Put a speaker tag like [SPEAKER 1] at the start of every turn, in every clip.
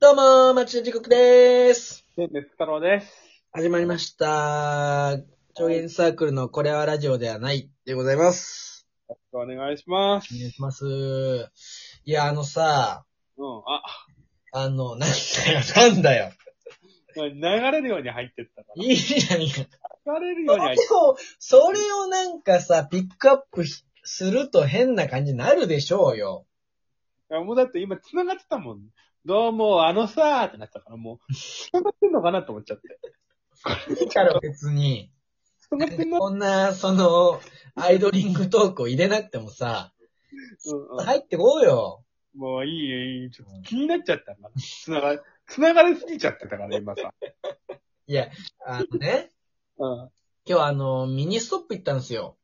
[SPEAKER 1] どうも、町田時刻でーす。
[SPEAKER 2] で、熱太郎です。
[SPEAKER 1] 始まりました。超限サークルのこれはラジオではないでございます。
[SPEAKER 2] お願いします。
[SPEAKER 1] お願いします。いや、あのさ、
[SPEAKER 2] うん。あ、
[SPEAKER 1] あの、なんだよ、なんだよ。
[SPEAKER 2] 流れるように入ってったか
[SPEAKER 1] いいじゃん、いいじゃん。
[SPEAKER 2] ら。流れる
[SPEAKER 1] そ
[SPEAKER 2] ように入
[SPEAKER 1] れ
[SPEAKER 2] って っ
[SPEAKER 1] を、それをなんかさ、ピックアップしすると変な感じになるでしょうよ。
[SPEAKER 2] た。いやもうだって今繋がってたもん。どうも、あのさーってなったから、も う、繋がってんのかなと思っちゃって。
[SPEAKER 1] いいから別に。
[SPEAKER 2] 繋がってんの
[SPEAKER 1] こんな、その、アイドリングトークを入れなくてもさ、
[SPEAKER 2] うんうん
[SPEAKER 1] 入ってこうよ。
[SPEAKER 2] もういいよ、いいよ。ちょっと気になっちゃったんだ。繋が、繋がれすぎちゃってたから、今さ。
[SPEAKER 1] いや、あのね、
[SPEAKER 2] うん。
[SPEAKER 1] 今日あの、ミニストップ行ったんですよ。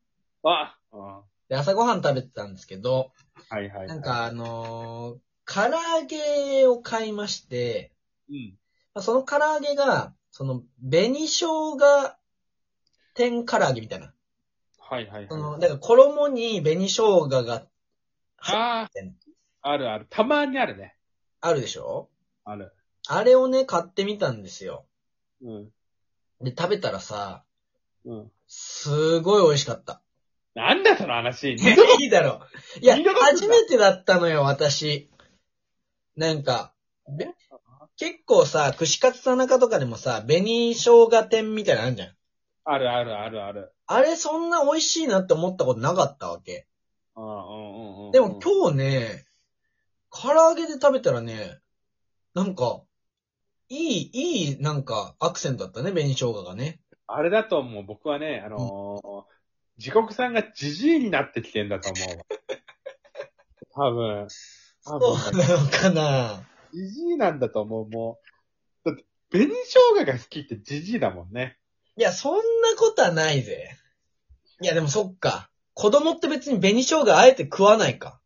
[SPEAKER 2] あ、うん。は
[SPEAKER 1] で、朝ごはん食べてたんですけど、
[SPEAKER 2] いはい、はい。
[SPEAKER 1] なん、かあのー唐揚げを買いまして、
[SPEAKER 2] うん。
[SPEAKER 1] まあその唐揚げが、その、紅生姜天唐揚げみたいな。
[SPEAKER 2] はいはい
[SPEAKER 1] そ
[SPEAKER 2] は
[SPEAKER 1] の、
[SPEAKER 2] い。
[SPEAKER 1] だから衣に紅生姜が
[SPEAKER 2] ああ、あるある。たまにあるね。
[SPEAKER 1] あるでしょ
[SPEAKER 2] ある。
[SPEAKER 1] あれをね、買ってみたんですよ。
[SPEAKER 2] うん。
[SPEAKER 1] で、食べたらさ、
[SPEAKER 2] うん。
[SPEAKER 1] すごい美味しかった。
[SPEAKER 2] なんだその 話。
[SPEAKER 1] いや いいだろ。いや、
[SPEAKER 2] 二度とすんな
[SPEAKER 1] 初めてだったのよ、私。なんか、べ結構さ、串カツ田中とかでもさ、紅生姜店みたいなのあるじゃん。
[SPEAKER 2] あるあるあるある。
[SPEAKER 1] あれ、そんな美味しいなって思ったことなかったわけ。
[SPEAKER 2] うんうんうんうん。
[SPEAKER 1] でも今日ね、唐揚げで食べたらね、なんか、いい、いい、なんか、アクセントだったね、紅生姜がね。
[SPEAKER 2] あれだと思う。僕はね、あのー、地獄さんがじじいになってきてんだと思 うわ。多分。
[SPEAKER 1] そ
[SPEAKER 2] 多
[SPEAKER 1] う
[SPEAKER 2] 分。
[SPEAKER 1] なのかな
[SPEAKER 2] じじいなんだと思う、もう。だって、紅生姜が好きってじじいだもんね。
[SPEAKER 1] いや、そんなことはないぜ。いや、でもそっか。子供って別に紅生姜あえて食わないか。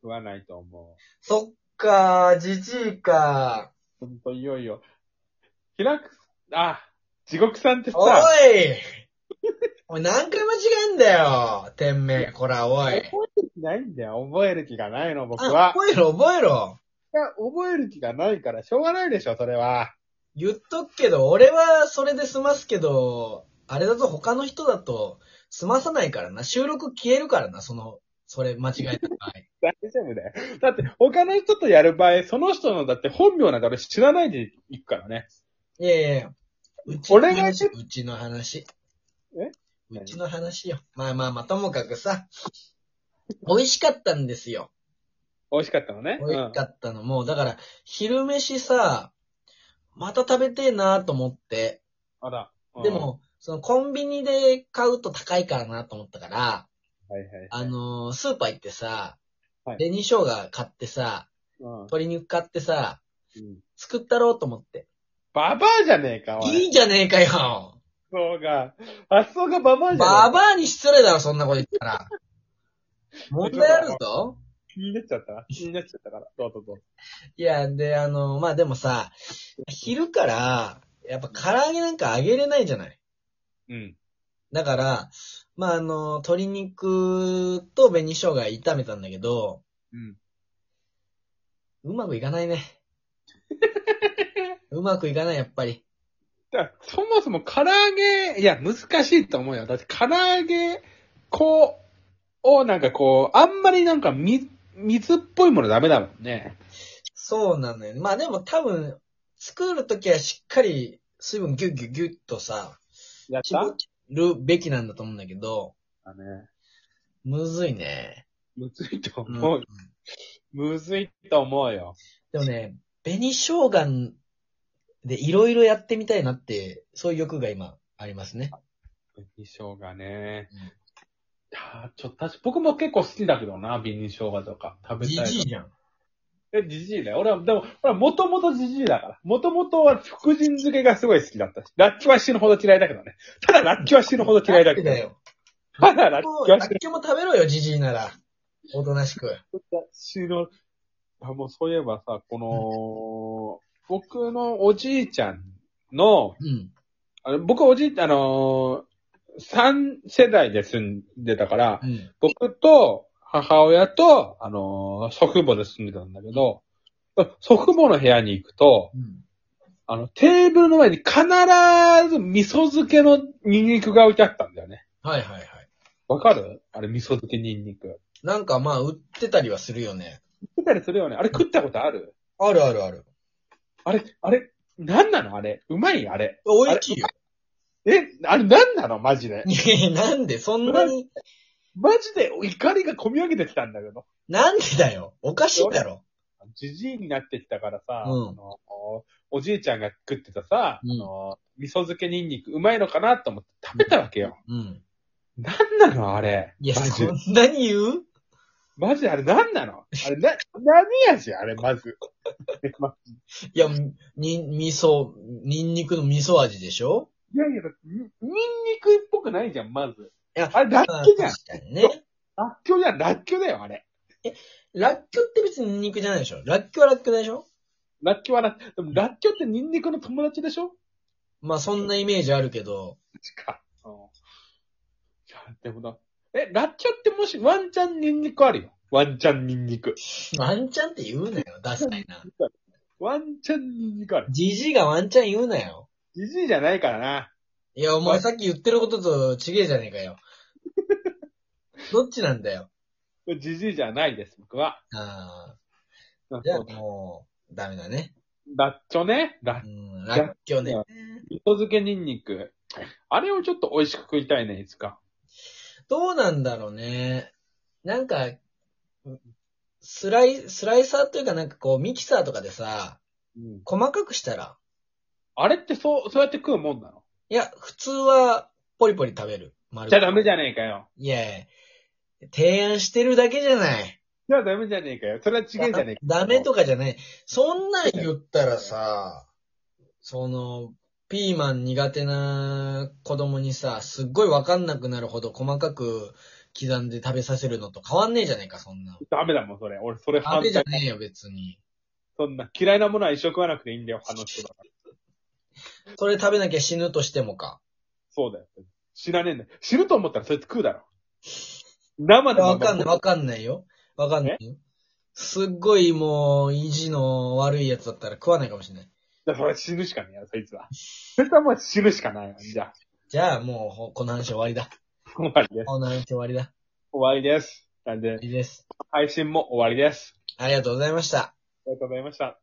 [SPEAKER 2] 食わないと思
[SPEAKER 1] そっか、じじいか。
[SPEAKER 2] う。ほんと、いよいよ。開く、あ、地獄さんってさ、
[SPEAKER 1] おい おい、何回間違えんだよ。店名、こら、お
[SPEAKER 2] 覚え
[SPEAKER 1] い
[SPEAKER 2] る。気ないんだよ。覚える気がないの、僕
[SPEAKER 1] あ
[SPEAKER 2] は。
[SPEAKER 1] 覚えろ、覚えろ。
[SPEAKER 2] いや覚える気がないから、しょうがないでしょ、それは。
[SPEAKER 1] 言っとくけど、俺はそれで済ますけど、あれだと他の人だと済まさないからな。収録消えるからな、その、それ間違えた場合。
[SPEAKER 2] 大丈夫だよ。だって、他の人とやる場合、その人の、だって本名なんか俺知らないで行くからね。
[SPEAKER 1] いやいやいや。うちの
[SPEAKER 2] 俺が
[SPEAKER 1] 話、
[SPEAKER 2] ね
[SPEAKER 1] うちの話。
[SPEAKER 2] え
[SPEAKER 1] うちの話よ。まあまあまあ、ともかくさ。美味しかったんですよ。
[SPEAKER 2] 美味しかったのね。
[SPEAKER 1] 美味しかったの。もう、だから、昼飯さ、また食べてえなと思って。
[SPEAKER 2] うん、あら。うん
[SPEAKER 1] で、も、そのコンビニで買うと高いからなと思ったから、
[SPEAKER 2] はいはい。
[SPEAKER 1] あのースーパー行ってさ、
[SPEAKER 2] はい
[SPEAKER 1] 紅生姜買ってさ、
[SPEAKER 2] うん
[SPEAKER 1] 鶏肉買ってさ、
[SPEAKER 2] うん
[SPEAKER 1] 作ったろうと思って。
[SPEAKER 2] ババアじゃねえか、お
[SPEAKER 1] い
[SPEAKER 2] い。
[SPEAKER 1] いじゃねえかよ
[SPEAKER 2] そうが。発想がババアじゃねえ
[SPEAKER 1] バ
[SPEAKER 2] か。
[SPEAKER 1] バアに失礼だろ、そんなこと言った ら。問題あるぞ。
[SPEAKER 2] 気になっちゃったな。気になっちゃったから。どうぞどうぞ。
[SPEAKER 1] いや、で、あの、まあ、でもさ、昼から、やっぱ唐揚げなんかあげれないじゃない。
[SPEAKER 2] うん。
[SPEAKER 1] だから、まあ、あの、鶏肉と紅生姜炒めたんだけど、
[SPEAKER 2] うん。
[SPEAKER 1] うまくいかない ね。うまくいかない、やっぱり。
[SPEAKER 2] だからそもそも唐揚げ、いや、難しいと思うよ。だって唐揚げ、こう、をなんかこう、あんまりなんかみ、水っぽいものダメだもんね。
[SPEAKER 1] そうなのよ。まあ、でも多分、作るときはしっかり水分ギュッギュッギュッとさ、
[SPEAKER 2] やっ
[SPEAKER 1] 絞るべきなんだと思うんだけど、
[SPEAKER 2] だね。
[SPEAKER 1] むずいね。
[SPEAKER 2] むずいと
[SPEAKER 1] うん
[SPEAKER 2] 思う。むずいと思うよ。
[SPEAKER 1] でもね、紅生姜でいろいろやってみたいなって、そういう欲が今ありますね。
[SPEAKER 2] 紅生姜ね
[SPEAKER 1] うん。
[SPEAKER 2] たちょっと、僕も結構好きだけどな、紅生姜とか。食べ
[SPEAKER 1] じ
[SPEAKER 2] たい
[SPEAKER 1] じ
[SPEAKER 2] の
[SPEAKER 1] い。じゃん。
[SPEAKER 2] え、じじいだよ。俺は、でも、俺はもともとじじいだから。もともとは福神漬けがすごい好きだったし。ラッキョは死ぬほど嫌いだけどね。ただラッキョは死ぬほど嫌いだけど。
[SPEAKER 1] だよ。
[SPEAKER 2] ただラッ
[SPEAKER 1] もう、
[SPEAKER 2] キョは
[SPEAKER 1] ラ
[SPEAKER 2] 死ぬ
[SPEAKER 1] ッキョも食べろよ、じじいなら。おとなしく。
[SPEAKER 2] ほど死ぬ。あ、もうそういえばさ、この、僕のおじいちゃんの、
[SPEAKER 1] うん。
[SPEAKER 2] あの僕おじい、あのー、三世代で住んでたから、
[SPEAKER 1] うん。
[SPEAKER 2] 僕と母親と、あのー祖父母で住んでたんだけど、祖父母の部屋に行くと、
[SPEAKER 1] うん。
[SPEAKER 2] あの、テーブルの前に必ず味噌漬けのニンニクが置いてあったんだよね。
[SPEAKER 1] はいはいはい。
[SPEAKER 2] わかるあれ、味噌漬けニンニク。
[SPEAKER 1] なんかまあ、売ってたりはするよね。
[SPEAKER 2] 食ったりするよね。あれ食ったことある
[SPEAKER 1] あるあるある。
[SPEAKER 2] あれ、あれ、なんなのあれ。うまいあれ。
[SPEAKER 1] 美味しいよ。
[SPEAKER 2] え、あれなんなのマジで。
[SPEAKER 1] いやいやなんで、そんなに、
[SPEAKER 2] マジで怒りが込み上げてきたんだけど。
[SPEAKER 1] なんでだよ。おかしいだろ。
[SPEAKER 2] じじいになってきたからさ、
[SPEAKER 1] うん
[SPEAKER 2] あのおおじいちゃんが食ってたさ、
[SPEAKER 1] うん
[SPEAKER 2] あの味噌漬けニンニクうまいのかなと思って食べたわけよ。
[SPEAKER 1] うん。
[SPEAKER 2] なんなのあれ。
[SPEAKER 1] いや、
[SPEAKER 2] マ
[SPEAKER 1] そ
[SPEAKER 2] ジで。
[SPEAKER 1] んなに言う
[SPEAKER 2] マジであれなんなのあれな、何味あれ、まず。 ま
[SPEAKER 1] いや、に、味噌、ニンニクの味噌味でしょ
[SPEAKER 2] いやいや、にニンニクっぽくないじゃん、まず。
[SPEAKER 1] いや
[SPEAKER 2] あれ、ラッ
[SPEAKER 1] まあ
[SPEAKER 2] キョじゃん。
[SPEAKER 1] 確かにね。
[SPEAKER 2] ラッキョじゃん、ラッキョだよ、あれ。
[SPEAKER 1] ラッキョって別にニンニクじゃないでしょラッキョはラッキョでしょ
[SPEAKER 2] ラッキョはラッ、でもラッキョってニンニクの友達でしょ
[SPEAKER 1] まあ、そんなイメージあるけど、
[SPEAKER 2] か。うん。いや、でもな、え、ラッキョってもし、ワンチャンニンニクあるよ。ワンチャンニンニク。
[SPEAKER 1] ワンチャンって言うなよ。ダサいな。
[SPEAKER 2] ワンチャンニンニクある。
[SPEAKER 1] ジジイがワンチャン言うなよ。
[SPEAKER 2] じじいじゃないからな。
[SPEAKER 1] いや、お前さっき言ってることと違えじゃねえかよ。 どっちなんだよ。
[SPEAKER 2] じじいじゃないです、僕は。
[SPEAKER 1] あ
[SPEAKER 2] ラ
[SPEAKER 1] あ。じゃあもう、ダメだね。
[SPEAKER 2] ッキョね。ラッ
[SPEAKER 1] うん、ラッキョね。
[SPEAKER 2] 味噌漬けニンニク。あれをちょっと美味しく食いたいね、いつか。
[SPEAKER 1] どうなんだろうね。なんか、スライ、スライサーというかなんかこう、ミキサーとかでさ、
[SPEAKER 2] うん。
[SPEAKER 1] 細かくしたら、
[SPEAKER 2] あれってそう、そうやって食うもんなの
[SPEAKER 1] いや、普通は、ポリポリ食べる。丸
[SPEAKER 2] じゃあダメじ
[SPEAKER 1] ゃん。
[SPEAKER 2] ゃねえかよ。
[SPEAKER 1] いやいや提案してるだけじゃない。
[SPEAKER 2] じゃあダメじゃねえかよ。それは違うじゃねえか。
[SPEAKER 1] ダメとかじゃない。そんなん言ったらさ、その、ピーマン苦手な子供にさ、すっごいわかんなくなるほど細かく刻んで食べさせるのと変わんねえじゃねえか、そんなの。
[SPEAKER 2] ダメだもん、それ。俺、それ
[SPEAKER 1] ダ
[SPEAKER 2] 反
[SPEAKER 1] メじゃ
[SPEAKER 2] 対。
[SPEAKER 1] ねえよ、別に。
[SPEAKER 2] そんな、嫌いなものは一生食わなくていいんだよ、あの人だから。
[SPEAKER 1] それ食べなきゃ死ぬとしてもか。
[SPEAKER 2] そうだよ。知らねえんだよ。知ると思ったらそいつ食うだろ。生でも
[SPEAKER 1] わかんない、わかんないよ。わかんないよ。すっごいもう、意地の悪いやつだったら食わないかもしれない。
[SPEAKER 2] だからそれ死ぬしかねえよ、そいつは。そいつはもう死ぬしかないよ。じゃあ、
[SPEAKER 1] じゃあもうほ、この話終わりだ。
[SPEAKER 2] 終わりです。
[SPEAKER 1] この話終わりだ。
[SPEAKER 2] 終わりです。なん
[SPEAKER 1] 終わ
[SPEAKER 2] で、
[SPEAKER 1] りです。
[SPEAKER 2] 配信も終わりです。
[SPEAKER 1] ありがとうございました。
[SPEAKER 2] ありがとうございました。